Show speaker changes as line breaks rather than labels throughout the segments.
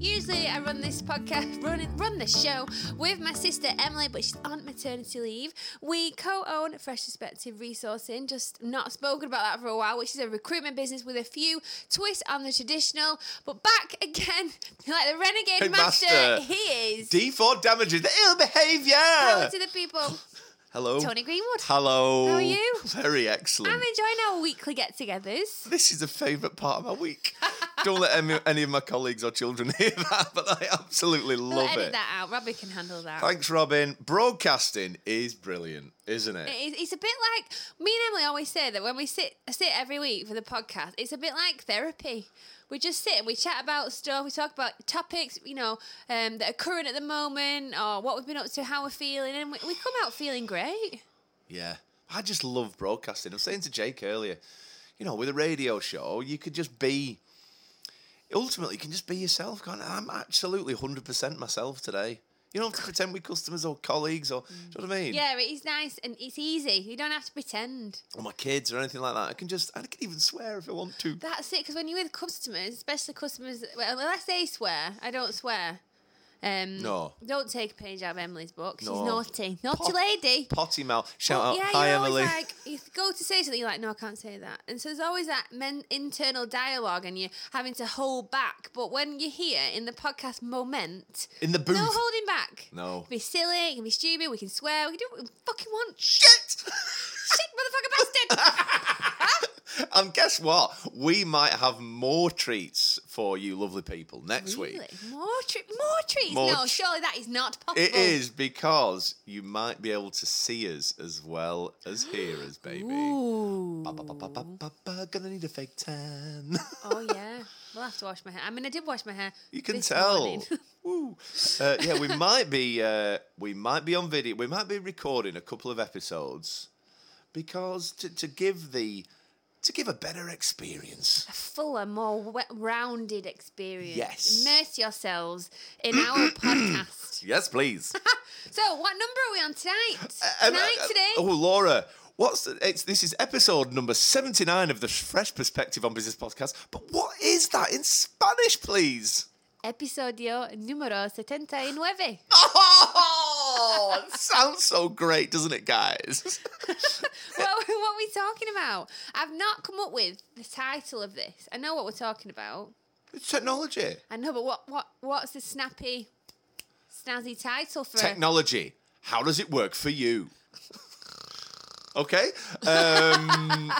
to run this podcast, run it, run this show with my sister Emily, but she's on maternity leave. We co-own Fresh Perspective Resourcing, just not spoken about that for a while, which is a recruitment business with a few twists on the traditional, but back again like the renegade
Hey,
master,
master.
he is.
D4 damages the ill
Hello
behaviour.
to the people.
Hello.
Tony Greenwood.
Hello.
How are you?
Very excellent.
I'm enjoying our weekly get-togethers.
this is a favourite part of my week. Don't let any, any of my colleagues or children hear that, but I absolutely
We'll
love
edit
it.
that out. Robbie can handle that.
Thanks, Robin. Broadcasting is brilliant, isn't it?
It- It's a bit like me and Emily always say that when we sit sit every week for the podcast, it's a bit like therapy. We just sit and we chat about stuff. We talk about topics, you know, um, that are current at the moment, or what we've been up to, how we're feeling, and we, we come out feeling great.
Yeah. I just love broadcasting. I was saying to Jake earlier, you know, with a radio show, you could just be, ultimately, you can just be yourself. Can't you? I'm absolutely 100% myself today. You don't have to pretend we're customers or colleagues or, do you know what I mean?
Mm. Yeah, it is nice and it's easy. You don't have to pretend.
Or my kids or anything like that. I can just, I can even swear if I want to.
That's it. Because when you're with customers, especially customers, well, unless they swear, I don't swear. Um,
No.
Don't take a page out of Emily's book. She's
No.
naughty, naughty
Pop-
lady.
Potty mouth. Shout
Well,
out.
Yeah,
Oh, Hi,
you're
Emily.
always like, you go to say something, you're like, no, I can't say that. And so there's always that men- internal dialogue and you're having to hold back. But when you're here in the podcast moment,
In the booth.
no holding back.
No.
You can be silly, you can be stupid, we can swear, we can do what we fucking want.
Shit!
Shit, motherfucker bastard!
and guess what? We might have more treats for you, lovely people, next week.
Really? More, tre- more trees?
More
no,
tr-
surely that is not possible.
It is because you might be able to see us as well as hear us, baby.
Ooh.
Ba, ba, ba, ba, ba, ba, ba, gonna need a fake tan.
Oh, yeah. We'll have to wash my hair. I mean, I did wash my hair.
you can
this
tell.
morning.
Woo. Uh, yeah, we might be uh, we might be on video. We might be recording a couple of episodes because to, to give the to give a better experience.
fuller, more we- rounded experience.
Yes.
Immerse yourselves in our podcast.
Yes, please.
So, what number are we on tonight?
And, uh,
Tonight,
uh,
today?
Oh, Laura, what's the, it's, this is episode number seventy nine of the Fresh Perspective on Business podcast. But what is that in Spanish, please?
Episodio número 79.
Oh, it sounds so great, doesn't it, guys?
what, what are we talking about? I've not come up with the title of this. I know what we're talking about.
It's technology,
I know, but what, what what's the snappy, snazzy title for it?
technology. How does it work for you? Okay, Uh, um,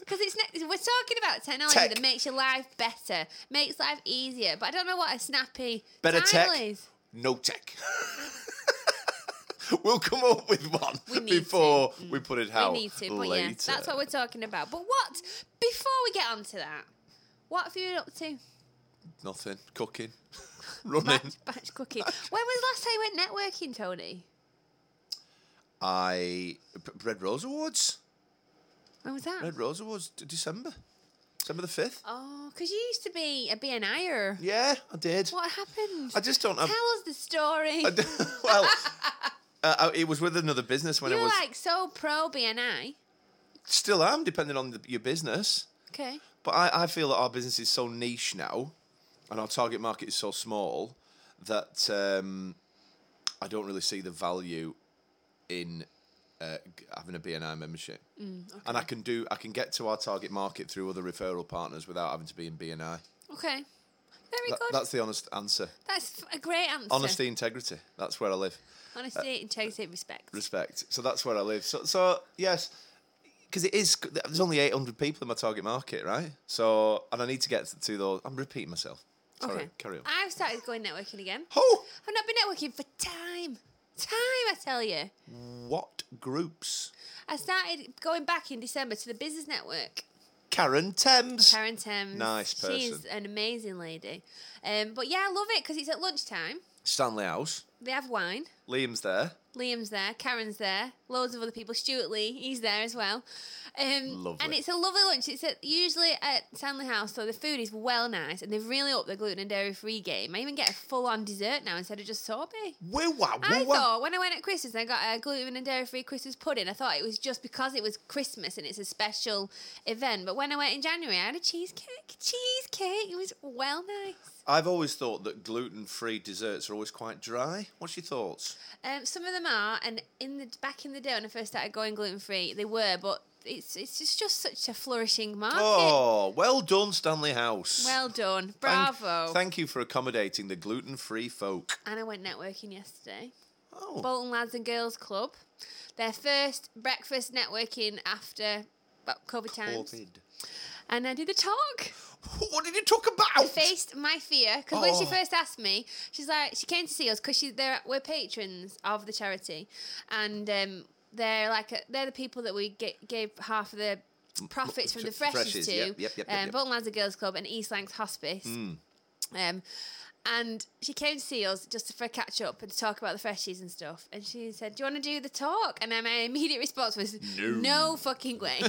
Because it's ne- we're talking about technology
Tech.
that makes your life better, makes life easier. But I don't know what a snappy
Better
title
tech.
is.
no tech. we'll come up with one
need to. Mm.
before we put it out
We need to, but
later.
yeah, that's what we're talking about. But what, before we get on to that, what have you been up to?
Nothing. Cooking. Running.
Batch, batch cooking. when was the last time you went networking, Tony?
I P- Red Rose Awards.
When was that?
Red Rose Awards d- December. December the fifth.
Oh, because you used to be a BNIer.
Yeah, I did.
What happened?
I just don't
Tell
have.
us the story.
I d- well, uh, I- it was with another business when
you
I
were
was
like so pro BNI.
still am, depending on the, your business.
Okay.
But I, I feel that our business is so niche now, and our target market is so small that um, I don't really see the value in uh, g- having a BNI membership. And I can do, I can get to our target market through other referral partners without having to be in BNI.
Okay. Very
That,
good.
that's the honest answer.
That's f- a great answer.
Honesty, integrity. That's where I live.
Honesty, integrity, respect.
Respect. So that's where I live. So, so yes, because it is. There's only 800 people in my target market, right? So, and I need to get to, to those. I'm repeating myself. Sorry,
okay.
carry on.
I've started going networking again.
oh,
I've not been networking for time. Time, I tell you.
what groups?
I started going back in December to the Business Network.
Karen Thames.
Karen Thames.
Nice
She's
person.
an amazing lady. Um, but yeah, I love it because it's at lunchtime.
Stanley House.
They have wine.
Liam's there.
Liam's there, Karen's there, loads of other people. Stuart Lee, he's there as well. Um,
Lovely.
And it's a lovely lunch. It's at, usually at Stanley House, so the food is well nice, and they've really upped the gluten and dairy free game. I even get a full on dessert now instead of just sorbet.
Woo wow,
I
woo wow.
thought when I went at Christmas, I got a gluten and dairy free Christmas pudding. I thought it was just because it was Christmas and it's a special event. But when I went in January, I had a cheesecake. Cheesecake. It was well nice.
I've always thought that gluten free desserts are always quite dry. What's your thoughts?
Um, some of them are, and in the back in the day when I first started going gluten free, they were, but it's it's just, just such a flourishing market.
Oh, well done, Stanley House.
Well done,
Thank-
bravo!
Thank you for accommodating the gluten free folk.
and I went networking yesterday.
Oh,
Bolton Lads and Girls Club, their first breakfast networking after about COVID times,
Orbid.
and I did a talk.
What did you talk about?
faced my fear because when she
Oh.
first asked me, she's like, she came to see us because she they're we're patrons of the charity, and um, they're like they're the people that we get, gave half of the profits from
f-
the freshies,
freshies,
to,
yep, yep, yep, yep,
um,
yep.
Bolton Lads and Girls Club and East Lancs Hospice. Um, and she came to see us just for a catch up and to talk about the freshies and stuff. And she said, "Do you want to do the talk?" And then my immediate response was,
No.
no fucking way."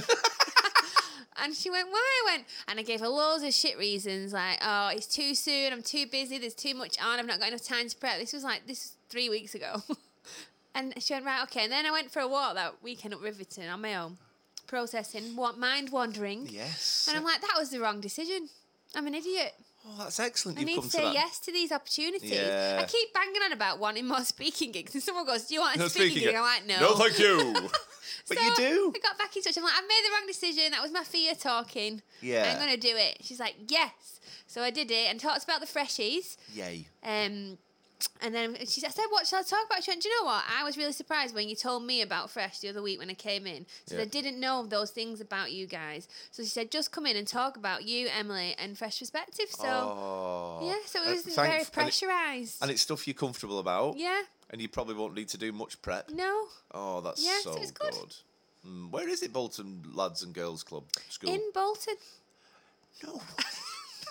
And she went, why? I went, and I gave her loads of shit reasons like, oh, it's too soon, I'm too busy, there's too much on, I've not got enough time to prep. This was like, this was three weeks ago. and she went, right, okay. And then I went for a walk that weekend up Riverton on my own, processing, wa- mind wandering.
Yes.
And I'm like, that was the wrong decision. I'm an idiot.
oh, that's excellent.
I
You've
need
come
to
to
say
that.
yes to these opportunities. I
Yeah.
keep banging on about wanting more speaking gigs, and someone goes, "Do you want a
No,
speaking gig?"
of-
I'm like, "No,
No, thank you. but you
so
do.
I got back in touch. I'm like, I made the wrong decision. That was my fear talking.
Yeah.
I'm gonna do it. She's like, yes. So I did it and talked about the freshies.
Yay.
Um, and then she said, I said, what shall I talk about? She went, do you know what? I was really surprised when you told me about Fresh the other week when I came in. So
Yeah.
I didn't know those things about you guys. So she said, just come in and talk about you, Emily, and Fresh Perspective. So
oh.
yeah, so it
Uh,
was
thank-
very
and it-
pressurised.
And it's stuff you're comfortable about.
yeah,
And you probably won't need to do much prep.
no.
Oh, that's
Yeah, so
so
it's good.
good. Mm, where is it, Bolton Lads and Girls Club School?
In Bolton.
no.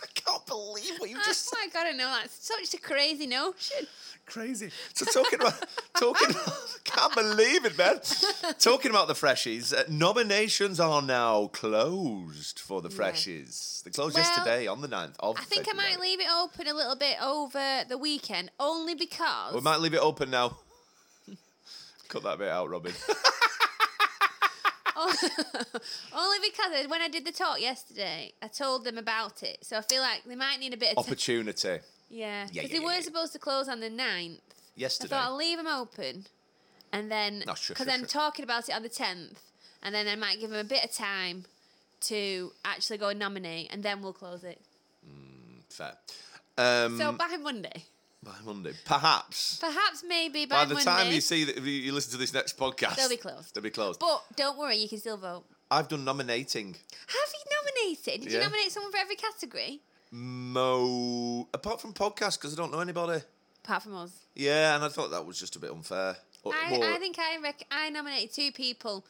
I can't believe what you
Oh
just said.
my god, I know that's such a crazy notion.
Crazy. So talking about talking, can't believe it, man. Talking about the freshies, uh, nominations are now closed for the
Yeah.
freshies. They closed
Well,
yesterday on the 9th of
I think I might
February.
leave it open a little bit over the weekend, only because
We might leave it open now. Cut that bit out, Robin.
only because when I did the talk yesterday, I told them about it, so I feel like they might need a bit of time.
Opportunity.
yeah, because
yeah,
they
yeah,
were
yeah.
supposed to close on the 9th. I
Yesterday.
thought I'll leave them open, and then
Oh,
because
sure, sure,
I'm
sure.
talking about it on the 10th, and then I might give them a bit of time to actually go and nominate, and then we'll close it.
Fair. Um,
So by Monday,
by Monday, perhaps.
perhaps maybe by,
By the
Monday,
time you see that you listen to this next podcast,
They'll be closed.
They'll be closed.
but don't worry, you can still vote.
I've done nominating.
Have you nominated? Did you
Yeah.
nominate someone for every category?
Mo, apart from podcasts, because I don't know anybody.
Apart from us.
Yeah, and I thought that was just a bit unfair. Or-
I,
more-
I think I rec- I nominated two people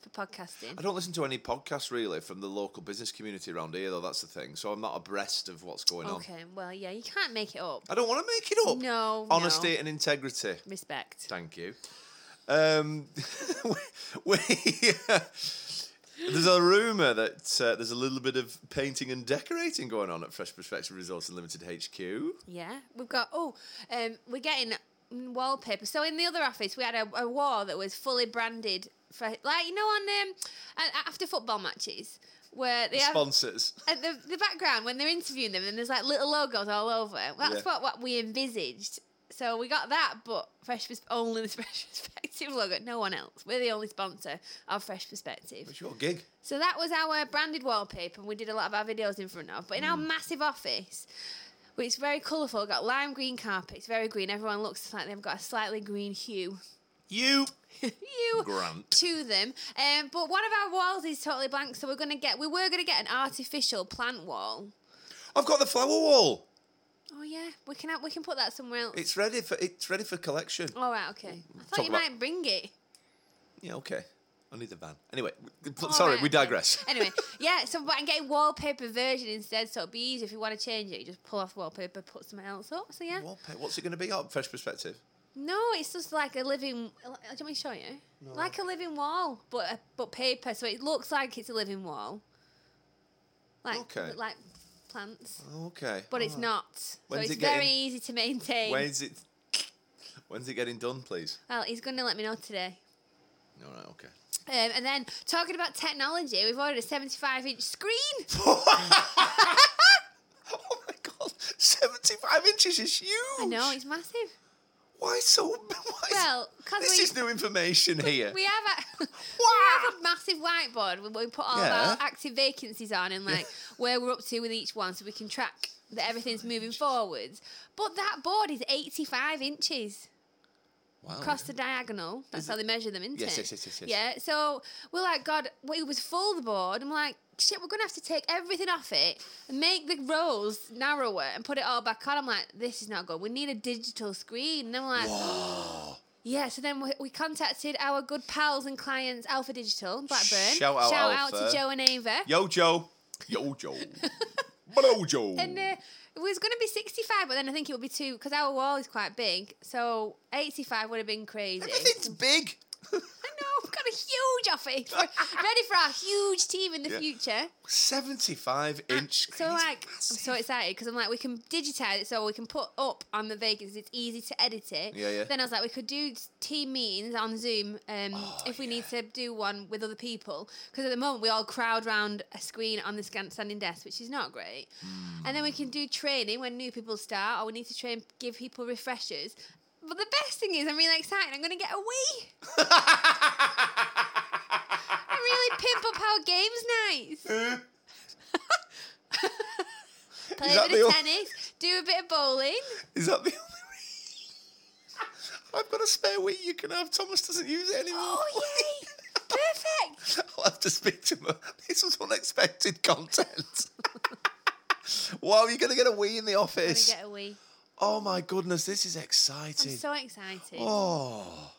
for podcasting.
I don't listen to any podcasts really from the local business community around here, though. That's the thing. So I'm not abreast of what's going on.
Okay, well, yeah, you can't make it up.
I don't want to make it up.
No,
Honesty
no.
and integrity.
Respect.
Thank you. Um, we, there's a rumor that uh, there's a little bit of painting and decorating going on at Fresh Perspective Resource and Limited HQ.
Yeah, we've got, oh, um, we're getting mm, wallpaper. So in the other office, we had a, a wall that was fully branded for, like, you know, on um, a- after football matches. Where they have
Sponsors.
at the, the background when they're interviewing them and there's like little logos all over. That's
Yeah.
what, what we envisaged. So we got that, but Fresh Pers- only the Fresh Perspective logo, no one else. We're the only sponsor of Fresh Perspective.
It's your gig.
So that was our branded wallpaper, and we did a lot of our videos in front of. But in our
Mm.
massive office, which is very colourful, got lime green carpets, very green. Everyone looks like they've got a slightly green hue.
You,
you
Grant.
to them. Um, but one of our walls is totally blank, so we're gonna get we were gonna get an artificial plant wall.
I've got the flower wall.
Oh yeah, we can have, we can put that somewhere else.
It's ready for it's ready for collection.
All right, okay. I thought
Talk
you
about-
might bring it.
Yeah, okay. I need the van. Anyway, w-
All
sorry,
right,
we
okay.
digress.
Oh, Anyway, yeah. So but I'm getting wallpaper version instead, so it'd be easy if you want to change it. You just pull off wallpaper, put something else up. So yeah,
Wallpaper. What's it going to be? Oh, Fresh Perspective.
No, it's just like a living. Do you want me to show you? Like a living wall, but but paper, so it looks like it's a living wall. Like
Okay.
like plants,
Okay. Oh.
but it's not.
When's
so
it
it's very
getting-
easy to maintain.
When's it? When's it getting done, please?
Well, he's going to let me know today.
All right. Okay.
Um, and then talking about technology, we've ordered a 75 inch screen.
Oh my god, seventy-five inches is huge.
I know, it's massive.
Why so? Why is-
Well, because
this
we,
is new information here.
we have a,
Wow.
we have a massive whiteboard where we put all of
Yeah.
our active vacancies on and like where we're up to with each one, so we can track that everything's moving forwards. But that board is 85 inches.
Wow.
across the diagonal. That's how they measure them, isn't
Yes,
it?
yes, yes, yes, yes.
Yeah. So we're like, God, well, it was full the board. I'm like, shit, we're gonna have to take everything off it and make the rows narrower and put it all back on. I'm like, this is not good. We need a digital screen. And I'm like, yeah. So then we, we contacted our good pals and clients, Alpha Digital, Blackburn.
Shout out
out
Alpha.
to Joe and Ava.
Yo, Joe. Yo, Joe. Blow, Joe.
And uh, it was going to be 65, but then I think it would be too, because our wall is quite big. So 85 would have been crazy.
Everything's big.
I know, we've got a huge office. We're ready for our huge team in the
Yeah.
future.
Seventy-five inch.
Ah, So,
screen is
like, I'm so
massive.
excited because I'm like, we can digitize it so we can put up on the vacancies. It's easy to edit it.
Yeah, yeah.
Then I was like, we could do team meetings on Zoom um,
Oh,
if we need to do one with other people. Because at the moment, we all crowd round a screen on the scan- standing desk, which is not great.
Hmm.
And then we can do training when new people start, or we need to train, give people refreshers. But the best thing is, I'm really excited. I'm going to get a Wii. I really pimp up our games nights.
Uh,
Play a
that
bit of
the o-
tennis, do a bit of bowling.
Is that the only? I've got a spare Wii you can have. Thomas doesn't use it anymore.
Oh yay! Perfect.
I'll have to speak to him. This was unexpected content. wow, you're going to get a Wii in the
I'm gonna
office.
get a wee.
Oh my goodness, this is
I'm
exciting.
so excited.
oh.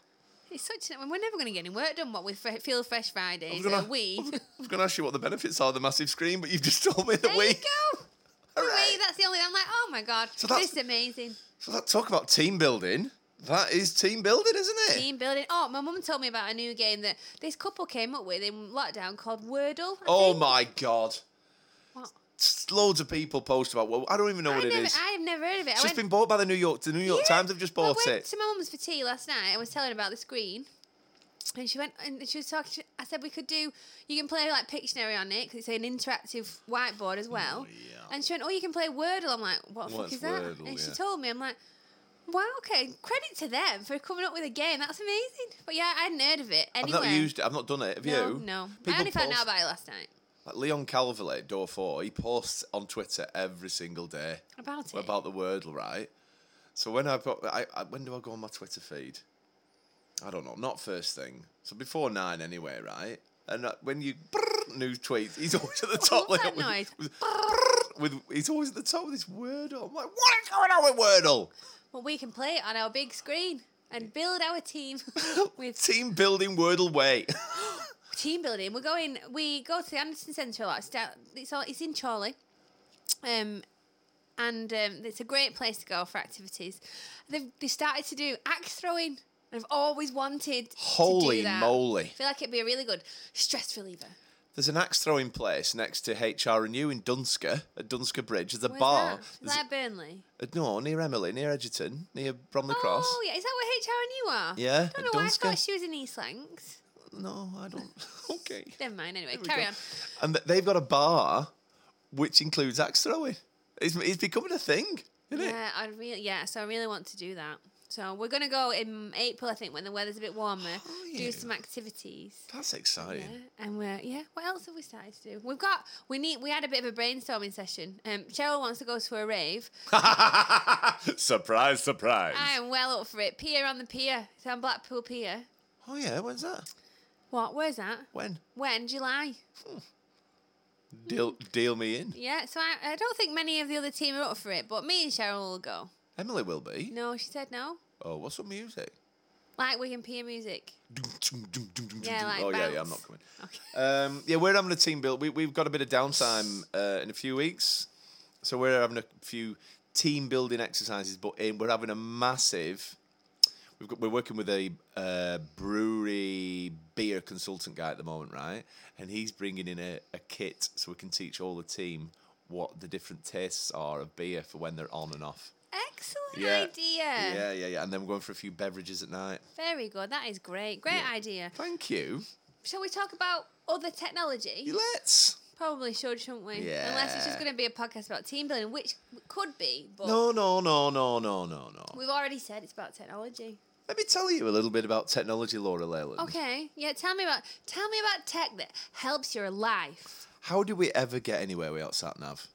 It's such. An, we're never gonna get any work done. What with Fre- Feel Fresh Fridays,
gonna-
a wee.
I was going to ask you what the benefits are of the massive screen, but you've just told me the
There you
Wii.
go. The
Hooray.
wee. That's the only. I'm like, oh my god,
So that's-
this is amazing.
So that talk about team building. That is team building, isn't it?
Team building. Oh, my mum told me about a new game that this couple came up with in lockdown called Wordle. I
oh
think.
my god.
What?
S- Loads of people post about. Well, I don't even know
I
what it is.
never, I have never heard of it.
it's
I
just been bought by the New York. The New York
Yeah.
Times have just
I
bought
went
it.
to my mum's for tea last night. I was telling her about the screen. And she went and she was talking. she- I said we could do. You can play like Pictionary on it because it's an interactive whiteboard as well.
yeah.
And she went, "Oh, you can play Wordle." I'm like, "What the fuck
What's
is that?"
Wordle,
and she
yeah.
told me. I'm like, "Wow, okay. Credit to them for coming up with a game. That's amazing." But yeah, I hadn't heard of it
I've
anywhere.
not used it. I've not done it. Have
no,
you?
No,
People
I only found
post-
out about it last night.
Like Leon Calverley, door four, he posts on Twitter every single day
About it.
about the Wordle, right? So when I, put, I, I when do I go on my Twitter feed? I don't know. Not first thing. So before nine, anyway, right? And uh, when you brrr, new tweets, he's always at the top.
love
like,
that noise.
With, with, brrr, with- he's always at the top with this Wordle. I'm like, what is going on with Wordle?
Well, we can play it on our big screen and build our team with
Team building Wordle way.
team building. We're going. We go to the Anderson Centre a lot. It's, down, it's all. It's in Chorley, um, and um, it's a great place to go for activities. They've they started to do axe throwing. I've always wanted to
Holy
do that.
moly.
I feel like it'd be a really good stress reliever.
There's an axe throwing place next to HRNU in Dunsker, at Dunsker Bridge. There's a
Where's
bar.
that? Is
There's-
that Burnley?
Uh, No, near Emily, near Edgerton, near Bromley Cross.
Oh yeah, is that where HR and you are?
Yeah,
Don't
at
know why I
Dunsker.
thought she was in East Lancs.
No, I don't. okay.
Never mind. Anyway,
we
carry
go.
on.
And th- they've got a bar which includes axe throwing. It's, it's becoming a thing, isn't it?
Yeah, I really yeah. So I really want to do that. So we're gonna go in April, I think, when the weather's a bit warmer. Do
you?
some activities.
That's exciting.
Yeah, and we're yeah. What else have we started to do? We've got we need we had a bit of a brainstorming session. Um, Cheryl wants to go to a rave.
surprise, surprise.
I am well up for it. Pier on the pier. It's on Blackpool Pier.
Oh, yeah, when's that?
What? Where's that?
When?
When? July.
Deal, deal me in.
Yeah. So I, I don't think many of the other team are up for it, but me and Cheryl will go.
Emily will be.
No, she said no.
Oh, what's some music?
Like Wigan Pier music.
Yeah,
like
oh, yeah, yeah,
bounce.
I'm not coming.
Okay.
Um, yeah, we're having a team build. We, we've got a bit of downtime uh, in a few weeks, so um, we're having a few team building exercises. But in, we're having a massive. We've got, we're working with a uh, brewery beer consultant guy at the moment, right? And he's bringing in a, a kit so we can teach all the team what the different tastes are of beer for when they're on and off.
Excellent
Yeah.
idea.
Yeah, yeah, yeah. And then we're going for a few beverages at night.
Very good. That is great. Great
Yeah.
idea.
Thank you.
Shall we talk about other technology?
You Let's.
Probably should, shouldn't we? Unless it's just
Yeah.
going to be a podcast about team building, which could be, but
No, no, no, no, no, no, no.
we've already said it's about technology.
Let me tell you a little bit about technology, Laura Leyland.
Okay. Yeah. Tell me about tell me about tech that helps your life.
How do we ever get anywhere without sat nav?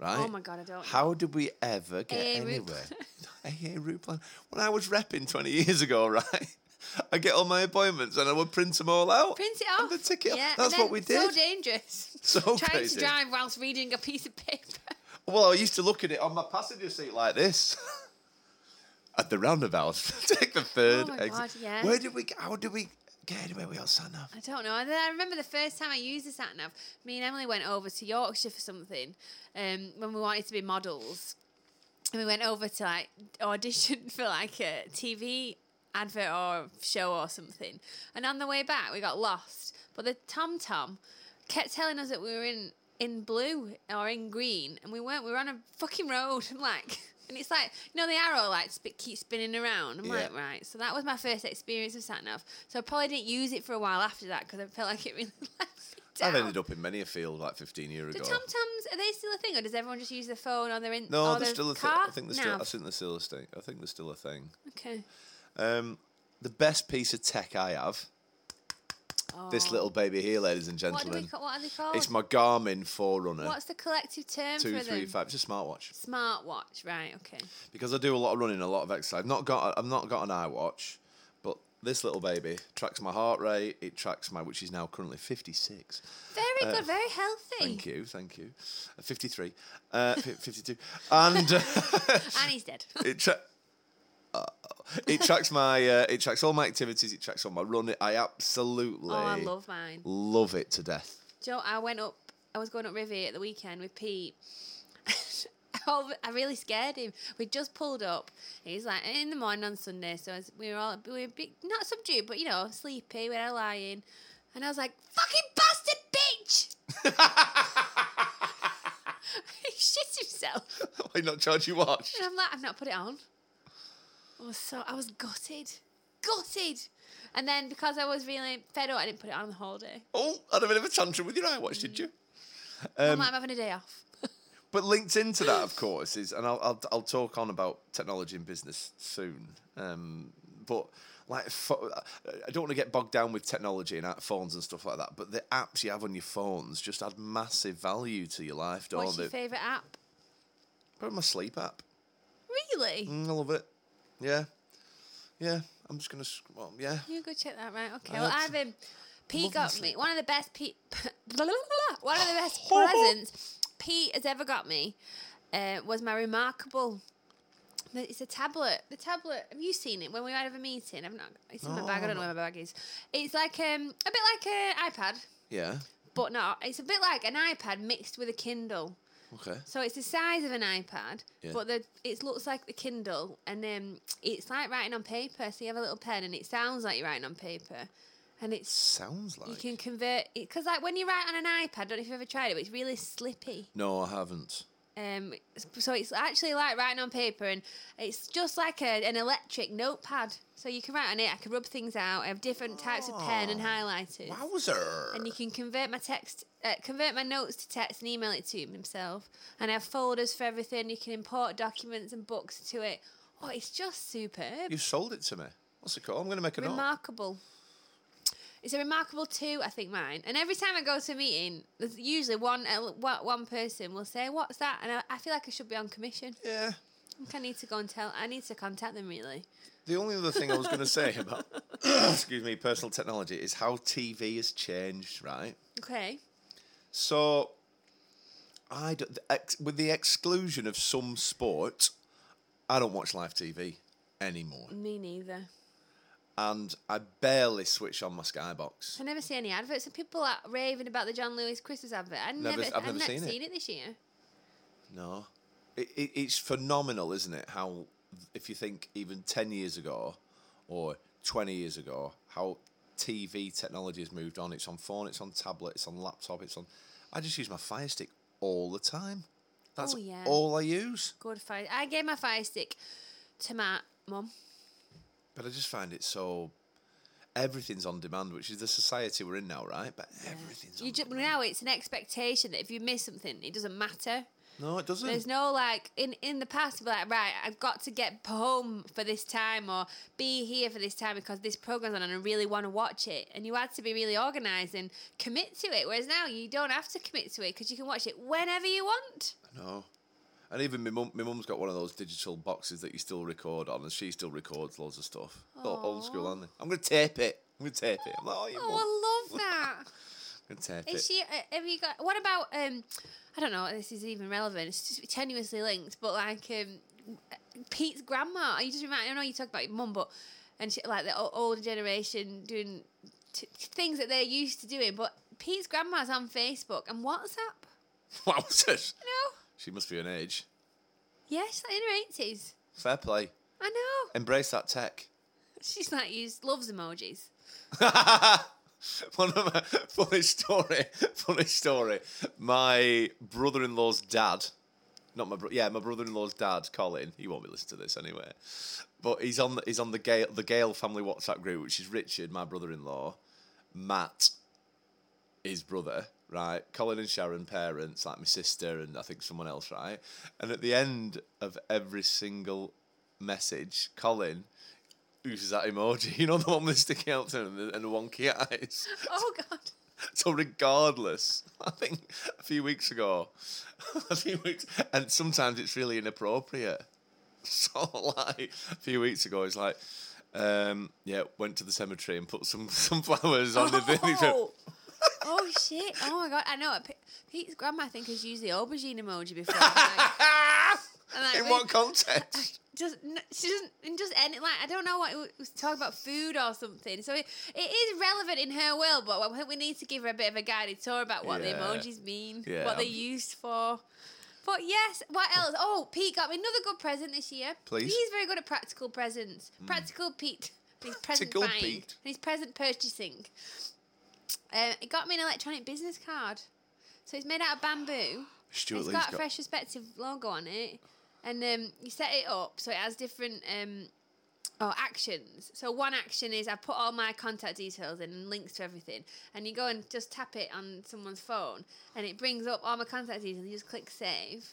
Right?
Oh my God, I don't
How did we ever get
AA route
anywhere? AA route plan. When I was repping 20 years ago, right? I get all my appointments and I would print them all out.
Print it off.
And the ticket.
Yeah,
That's
and
what
then So
we did.
dangerous.
So
Trying
crazy.
to drive whilst reading a piece of paper.
Well, I used to look at it on my passenger seat like this. At the roundabout, take the third
Oh my
exit.
God, yeah.
Where did we? How did we get anywhere without sat nav?
I don't know. I, I remember the first time I used the sat nav. Me and Emily went over to Yorkshire for something um, when we wanted to be models, and we went over to like audition for like a TV advert or show or something. And on the way back, we got lost. But the Tom Tom kept telling us that we were in in blue or in green, and we weren't. We were on a fucking road, and like. And it's like, you know, the arrow like sp- keeps spinning around. I'm like,
Yeah.
right. So that was my first experience of sat nav. So I probably didn't use it for a while after that because I felt like it really let me down.
I've ended up in many a field like 15 years
Do
ago.
Tom Toms are they still a thing, or does everyone just use their phone on their in?
no,
or
there's
their
still a thing.
car?
I think there's still. I
Nav.
think there's still a thing. I think there's still a thing.
Okay.
Um, the best piece of tech I have. This
Oh.
little baby here, ladies and
What do we
gentlemen.
call, What are they called?
It's my Garmin Forerunner.
What's the collective term
Two,
for
three,
them?
five. It's a smartwatch
Smartwatch, right? Okay.
because I do a lot of running, a lot of exercise. I've not got, I've not got an iWatch, but this little baby tracks my heart rate. It tracks my, which is now currently fifty six.
Very good. Very healthy.
Uh, Thank you, thank you. Uh, 53, uh, fi- 52. And uh,
And he's dead.
it, tra- Uh, it tracks my, uh, it tracks all my activities, it tracks all my running. I absolutely
oh, I love mine.
love it to death.
Joe, I went up. I was going up Riviera at the weekend with Pete. Oh, I really scared him. We just pulled up. He's like in the morning on Sunday, so as- we were all we were a bit, not subdued, but you know, sleepy. We were lying, and I was like, "Fucking bastard, bitch!" he shit himself,
Why not charge your watch?
and I'm like, "I've not put it on." I was so I was gutted, gutted, and then because I was really fed up, I didn't put it on the whole day.
Oh, had a bit of a tantrum with your iWatch, did you?
I'm
Um,
like, I'm having a day off.
But linked into that, of course, is and I'll I'll, I'll talk on about technology and business soon. Um, but like, pho- I don't want to get bogged down with technology and like, phones and stuff like that. But the apps you have on your phones just add massive value to your life, don't
What's
they?
your favourite app?
Probably my sleep app.
Really?
Mm, I love it. Yeah, yeah. I'm just gonna. sc- Well, yeah.
You go check that right. Okay.
I
well,
hope
I've
so.
um, Pete
Love
got
this
me one of the best Pete, one of the best presents Pete has ever got me. Uh, was my remarkable. but It's a tablet. The tablet. Have you seen it? When we had a meeting, I've not. It's in my
No,
bag. I don't
I'm
know where my bag is. It's like um, a bit like an iPad,
Yeah.
but not. It's a bit like an iPad mixed with a Kindle.
Okay.
So it's the size of an iPad,
Yeah.
but the it looks like the Kindle, and um, it's like writing on paper. So you have a little pen, and it sounds like you're writing on paper, and it's
Sounds like.
you can convert it because like when you write on an iPad, I don't know if you've ever tried it, but it's really slippy.
No, I haven't.
Um, so it's actually like writing on paper, and it's just like a, an electric notepad. So you can write on it. I can rub things out. I have different types of pen and
Oh.
highlighters.
Wowzer.
And you can convert my text, uh, convert my notes to text and email it to him himself. And I have folders for everything. You can import documents and books to it. Oh, it's just superb.
You've sold it to me. What's it called? I'm gonna make a note.
remarkable. It's a remarkable two, I think, mine. And every time I go to a meeting, there's usually one uh, one- one person will say, "What's that?" And I, I feel like I should be on commission.
Yeah.
I think I need to go and tell. I need to contact them really.
The only other thing I was going to say about, excuse me, personal technology is how TV has changed, right?
Okay.
So, I don't, the ex, with the exclusion of some sport, I don't watch live TV anymore,
Me neither.
and I barely switch on my Skybox.
I never see any adverts. And people are raving about the John Lewis Christmas advert. I never,
Never- I've
I've
never
not
seen
seen,
it.
it this year.
No, it, it, it's phenomenal, isn't it? How if you think even ten years ago, or 20 years ago, how TV technology has moved on. It's on phone, it's on tablet, it's on laptop, it's on. I just use my Fire Stick all the time. That's
Oh, yeah.
all I use.
Good fire. I gave my fire stick to my mum.
But I just find it so. Everything's on demand, which is the society we're in now, right? But everything's
You
on
just,
demand.
now it's an expectation that if you miss something, it doesn't matter.
No, it doesn't.
There's no like in in the past, you'd be like right, I've got to get home for this time or be here for this time because this program's on and I really want to watch it. And you had to be really organised and commit to it. Whereas now you don't have to commit to it because you can watch it whenever you want.
No. And even my mum, my mum's got one of those digital boxes that you still record on, and she still records loads of stuff. Little Old school, aren't they? I'm gonna tape it. I'm gonna tape it. I'm like, oh, you mum.
Oh, I love that.
I'm gonna tape
Is
it.
she? uh, Have you got? What about? Um, I don't know. if This is even relevant. It's just tenuously linked, but like um, Pete's grandma. You just remind. I know you talk about your mum, but and she, like the o- older generation doing t- things that they're used to doing. But Pete's grandma's on Facebook and WhatsApp.
What was it?
No.
She must be an age.
Yeah, she's like in her eighties.
Fair play.
I know.
Embrace that tech.
She's like used loves emojis.
One of my funny story. Funny story. My brother-in-law's dad, not my bro- yeah, my brother-in-law's dad, Colin. He won't be listening to this anyway. But he's on he's on the Gale the Gale family WhatsApp group, which is Richard, my brother-in-law, Matt, his brother, right? Colin and Sharon, parents, like my sister, and I think someone else, right? And at the end of every single message, Colin uses that emoji. You know the one with the sticky out and the, and the wonky eyes.
Oh God.
So regardless, I think a few weeks ago, a few weeks, and sometimes it's really inappropriate. So like a few weeks ago, it's like, um, yeah, went to the cemetery and put some some flowers on the thing. It's like,
Oh. oh shit! Oh my god! I know. Pe- Pete's grandma, I think, has used the aubergine emoji before. Like,
"Ah!"
and, like,
In
we-
what context?
just n- she doesn't and just any like I don't know what it was talking about food or something. So it, it is relevant in her world, but I think we need to give her a bit of a guided tour about what
Yeah.
the emojis mean,
Yeah,
what they're
I'm-
used for. But yes, what else? Oh, Pete got me another good present this year.
Please. Hmm.
he's very good at practical presents. Practical Pete. He's present
Practical
buying. And
Pete.
he's present purchasing. Um, it got me an electronic business card. So it's made out of bamboo.
Stuart
It's
Lee's
got a
got-
fresh perspective logo on it, and um, you set it up so it has different um, oh actions. So one action is I put all my contact details in and links to everything, and you go and just tap it on someone's phone, and it brings up all my contact details. You just click save.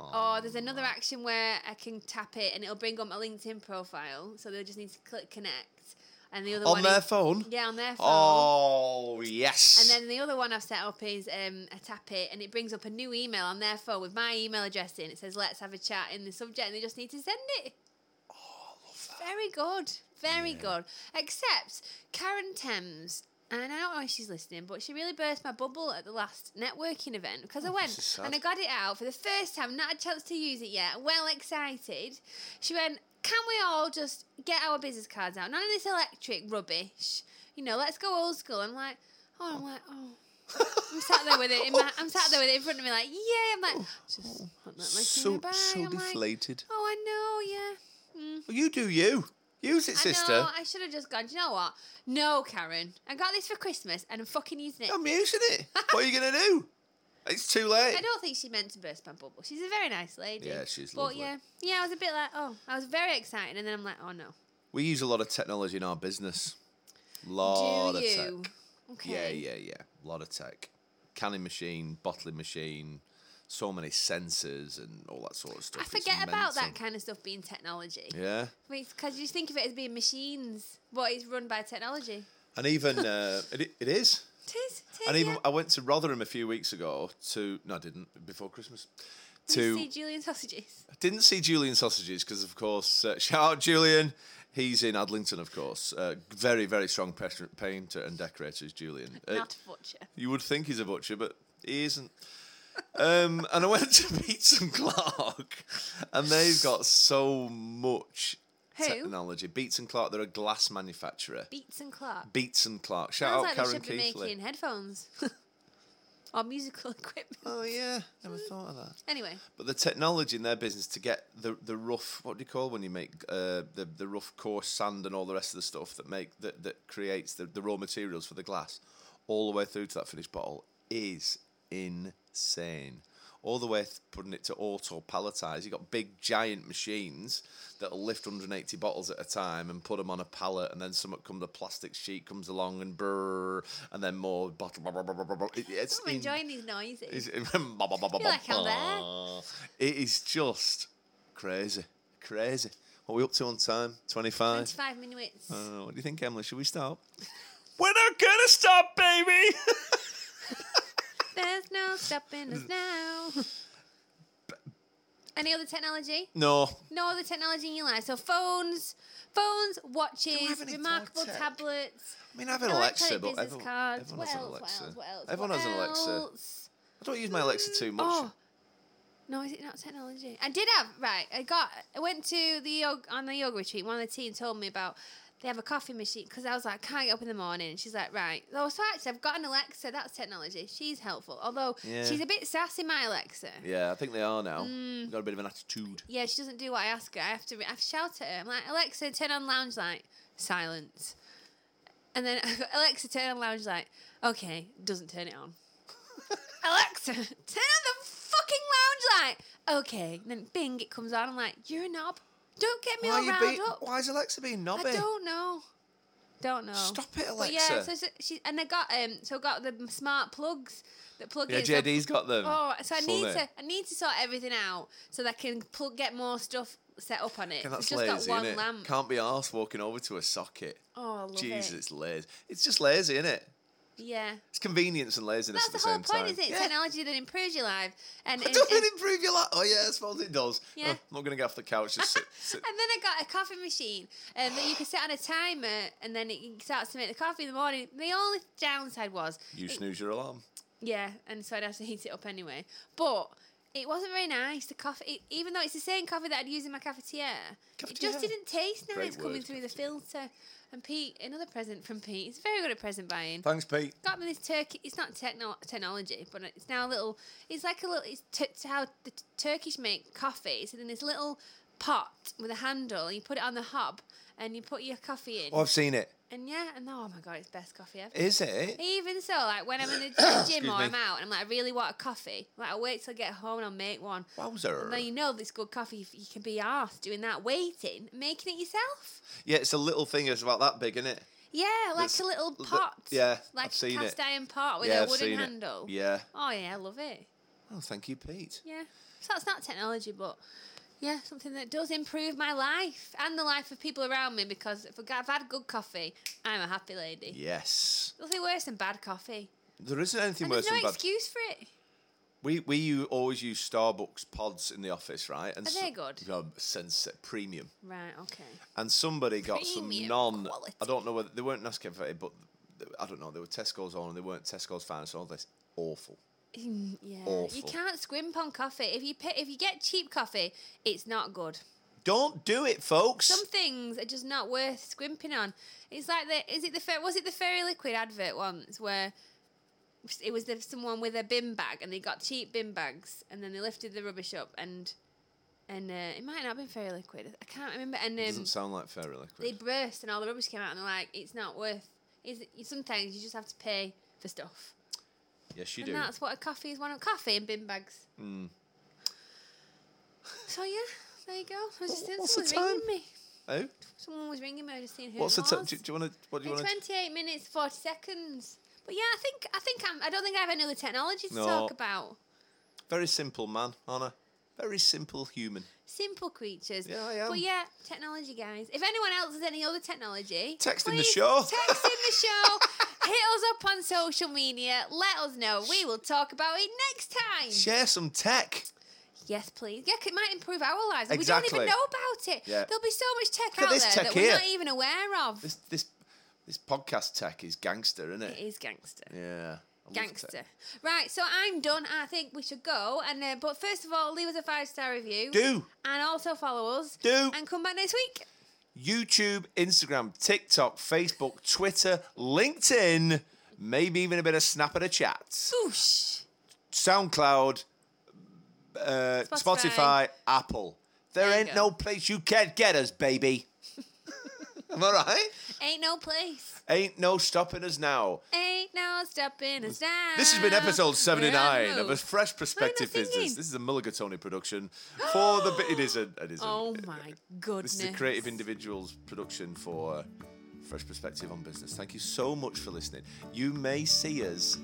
Or there's another action where I can tap it and it'll bring up my LinkedIn profile, so they just need to click connect. And the other
on
one
their
is,
phone.
yeah, on their phone.
Oh yes.
And then the other one I've set up is um, I tap it and it brings up a new email on their phone with my email address in. It says, let's have a chat in the subject, and they just need to send it. Very good. Very good. Except Karen Thames. And I don't know if she's listening, but she really burst my bubble at the last networking event because I
Oh, is
went
sad.
and I got it out for the first time, not a chance to use it yet. Well excited. She went, Can we all just get our business cards out? None of this electric rubbish. You know, let's go old school. I'm like, Oh, I'm like, Oh. I'm sat there with it. In my, I'm sat there with it in front of me, like, yeah. I'm like, just put that back in
Oh. so
my bag.
so
I'm like,
deflated.
oh, I know, yeah.
Well, you do you. Use it, sister.
I know, I should have just gone, Do you know what? No, Karen. I got this for Christmas and I'm fucking using it.
I'm using it. What are you gonna do? It's too late.
I don't think she meant to burst my bubble. She's a very nice lady.
Yeah, she's
But
lovely.
yeah, yeah, I was a bit like, oh, I was very excited and then I'm like, oh no.
We use a lot of technology in our business. Lot
Do
of Oh, tech.
you? Okay.
Yeah, yeah, yeah. lot of tech. Canning machine, bottling machine, so many sensors and all that sort of
I
stuff. It's
forget about that
mental.
kind of stuff being technology.
Yeah.
Because you think of it as being machines, but it's run by technology.
And even uh, it, i- it is.
Tis, tis.
And even
yeah.
I went to Rotherham a few weeks ago to no, I didn't before Christmas. To
You see Julian sausages.
Didn't see Julian Sausages because, of course, uh, shout out Julian. He's in Adlington, of course. Uh, very, very strong pes- painter and decorator is Julian. Uh,
Not a butcher.
you would think he's a butcher, but he isn't. Um, and I went to meet some Clark, and they've got so much
Who?
technology. Beats and Clark, they're a glass manufacturer.
Beats and Clark.
Beats and Clark. Shout
Sounds
out
like they
Karen
should be
Keithley.
making headphones. or musical equipment.
Oh yeah, never
Hmm.
thought of that.
Anyway,
But the technology in their business to get the the rough what do you call when you make uh, the the rough coarse sand and all the rest of the stuff that make that that creates the, the raw materials for the glass, all the way through to that finished bottle is insane. All the way th- putting it to auto palletize. You got big giant machines that'll lift 180 bottles at a time and put them on a pallet, and then some comes a plastic sheet comes along and brrr, and then more bottle. brr, brr, brr, brr, brr. It- It's
I'm
in-
enjoying these noises.
is it, Bah, bah, bah, bah,
like I'm
bah. it is just crazy, crazy. What are we up to on time? Twenty-five.
25 minutes.
Uh, what do you think, Emily? Should we stop? We're not gonna stop, baby.
There's no stopping us now. Any other technology?
no,
No other technology in your life. So phones, phones, watches,
have any
remarkable
tech?
tablets,
I mean I have an Alexa,
electronic
but
business
everyone,
cards.
everyone
What
has
else,
an
what
Alexa.
else? What else?
Everyone
what
has an Alexa.
else?
I don't use my Alexa too much.
Oh. No, is it not technology? I did have right. I got. I went to the yoga, on the yoga retreat. One of the team told me about they have a coffee machine because I was like, I can't get up in the morning. And she's like, right. Oh, so actually, I've got an Alexa. That's technology. She's helpful. Although
Yeah.
she's a bit sassy, my Alexa. Yeah.
Yeah, I think they are now.
Mm.
Got a bit of an attitude.
she doesn't do what I ask her. I have to. re- I have to shout at her. I'm like, Alexa, turn on lounge light. Silence. And then Alexa, turn on lounge light. Okay, doesn't turn it on. Alexa, turn on the fucking lounge light. Okay. And then bing, it comes on. I'm like, you're a knob. Don't get me
Why, are
all
you
riled
being,
up.
why is Alexa being
I
knobby?
don't know. Don't know.
Stop it,
But
Alexa.
yeah, so, so she and I got um, so I got the smart plugs that plug
yeah,
in. so I-
JD's got them.
Oh, so I need
Funny.
to I need to sort everything out so that I can plug get more stuff set up on it.
Yeah,
We've
that's
just
lazy,
got one
innit?
lamp.
Can't be arsed walking over to a socket.
Oh, I love
Jeez,
it.
it's lazy. It's just lazy, isn't it?
Yeah.
It's convenience and laziness
That's
at the,
the, whole
same
point,
time.
is it?
Yeah.
Technology that improves your life. And,
I
and-
don't
and-
it improve your life? Oh yeah, I suppose it does.
Yeah.
Oh, I'm not gonna get off the couch. Just sit. sit.
And then I got a coffee machine um, that you could set on a timer, and then it starts to make the coffee in the morning. The only downside was,
You
it-
snooze your alarm.
yeah, and so I'd have to heat it up anyway. But it wasn't very nice. The coffee, it, even though it's the same coffee that I'd use in my cafetiere, it
Cafetiere.
just didn't taste nice
Great
coming
word,
through the filter. And Pete, another present from Pete. He's very good at present buying.
Thanks, Pete.
Got me this turkey. It's not techno- technology, but it's now a little. It's like a little. It's t- t- how the t- Turkish make coffee. It's in this little pot with a handle. And you put it on the hob, and you put your coffee in.
Oh, I've seen it.
And yeah, and oh my god, it's best coffee ever.
Is it?
Even so, like when I'm in the
Excuse
gym or
me.
I'm out, and I'm like, I really want a coffee. Like I wait till I get home and I'll make one.
Wowzer.
Now you know this good coffee. if You can be arsed doing that waiting, making it yourself.
Yeah, it's a little thing. It's about that big, isn't it?
Yeah, like
That's-
a little
the-
pot.
yeah, I've
like
seen
a
it.
cast iron pot with
yeah,
a wooden handle.
it. Yeah.
Oh yeah, I love it.
Oh, thank you, Pete.
Yeah. So that's not technology, but yeah, something that does improve my life and the life of people around me because if I've had good coffee, I'm a happy lady.
Yes.
Nothing worse than bad coffee.
There isn't anything
And
worse
there's no
than bad.
excuse for it.
We we u- always use Starbucks pods in the office, right? And
Are they good?
Um, sense premium.
Right, okay.
And somebody got
Premium
some non.
quality.
I don't know whether they weren't Nescafe, but th- I don't know. They were Tesco's on, and they weren't Tesco's finest. and All this awful.
Mm, Yeah. You
Awful.
can't scrimp on coffee. If you pay, if you get cheap coffee, it's not good.
Don't do it, folks.
Some things are just not worth scrimping on. It's like the is it the fair was it the fairy liquid advert once where it was the, someone with a bin bag and they got cheap bin bags and then they lifted the rubbish up and and uh, it might not have been fairy liquid. I can't remember. And
It
um,
doesn't sound like fairy liquid.
they burst and all the rubbish came out and they're like, it's not worth. Is it, sometimes you just have to pay for stuff.
yes, you
And
do.
that's what a coffee is one of coffee and bin bags.
Hmm.
So yeah, there you go. I was just
Wha- what's the
someone's ringing
time?
me.
Oh,
Someone was ringing me. I just seen who.
what's the
it
time?
was.
Do, do you want to? What do you
In
want to?
28 minutes 40 seconds. But yeah, I think I think I'm. I don't think I have any other technology to
No.
talk about.
Very simple man, Anna. Very simple human.
Simple creatures.
Yeah, I am.
But yeah, technology, guys. If anyone else has any other technology,
Text in the
please
show.
Text in the show. Hit us up on social media. Let us know. We will talk about it next time.
Share some tech.
Yes, please. Yeah, 'cause it might improve our lives. We don't
Exactly.
even know about it.
Yeah.
There'll be so much tech
at
out there
this
that
tech
we're
here.
not even aware of.
This this this podcast tech is gangster, isn't
it
it?
is gangster.
Yeah. I love tech.
Gangster. Right, so I'm done. I think we should go. And uh, but first of all, leave us a five star review.
Do.
And also follow us.
Do.
And come back next week.
YouTube, Instagram, TikTok, Facebook, Twitter, LinkedIn, maybe even a bit of snap at a chat.
Boosh.
SoundCloud, uh, Spotify.
Spotify.
Apple. There,
There you
ain't
go.
no place you can't get us, baby. Am I right?
Ain't no place.
Ain't no stopping us now.
Ain't no stopping us down.
This has been episode
We're on
79
the
of A
move.
Fresh Perspective
singing?
Business. This is a Mulligatawny production for the... It isn't. It isn't.
Oh my goodness.
This is the Creative Individuals production for Fresh Perspective on Business. Thank you so much for listening. You may see us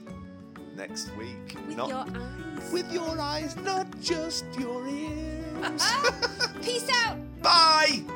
next week.
With
not
your eyes.
with your eyes, not just your ears.
Oh, Peace out.
Bye!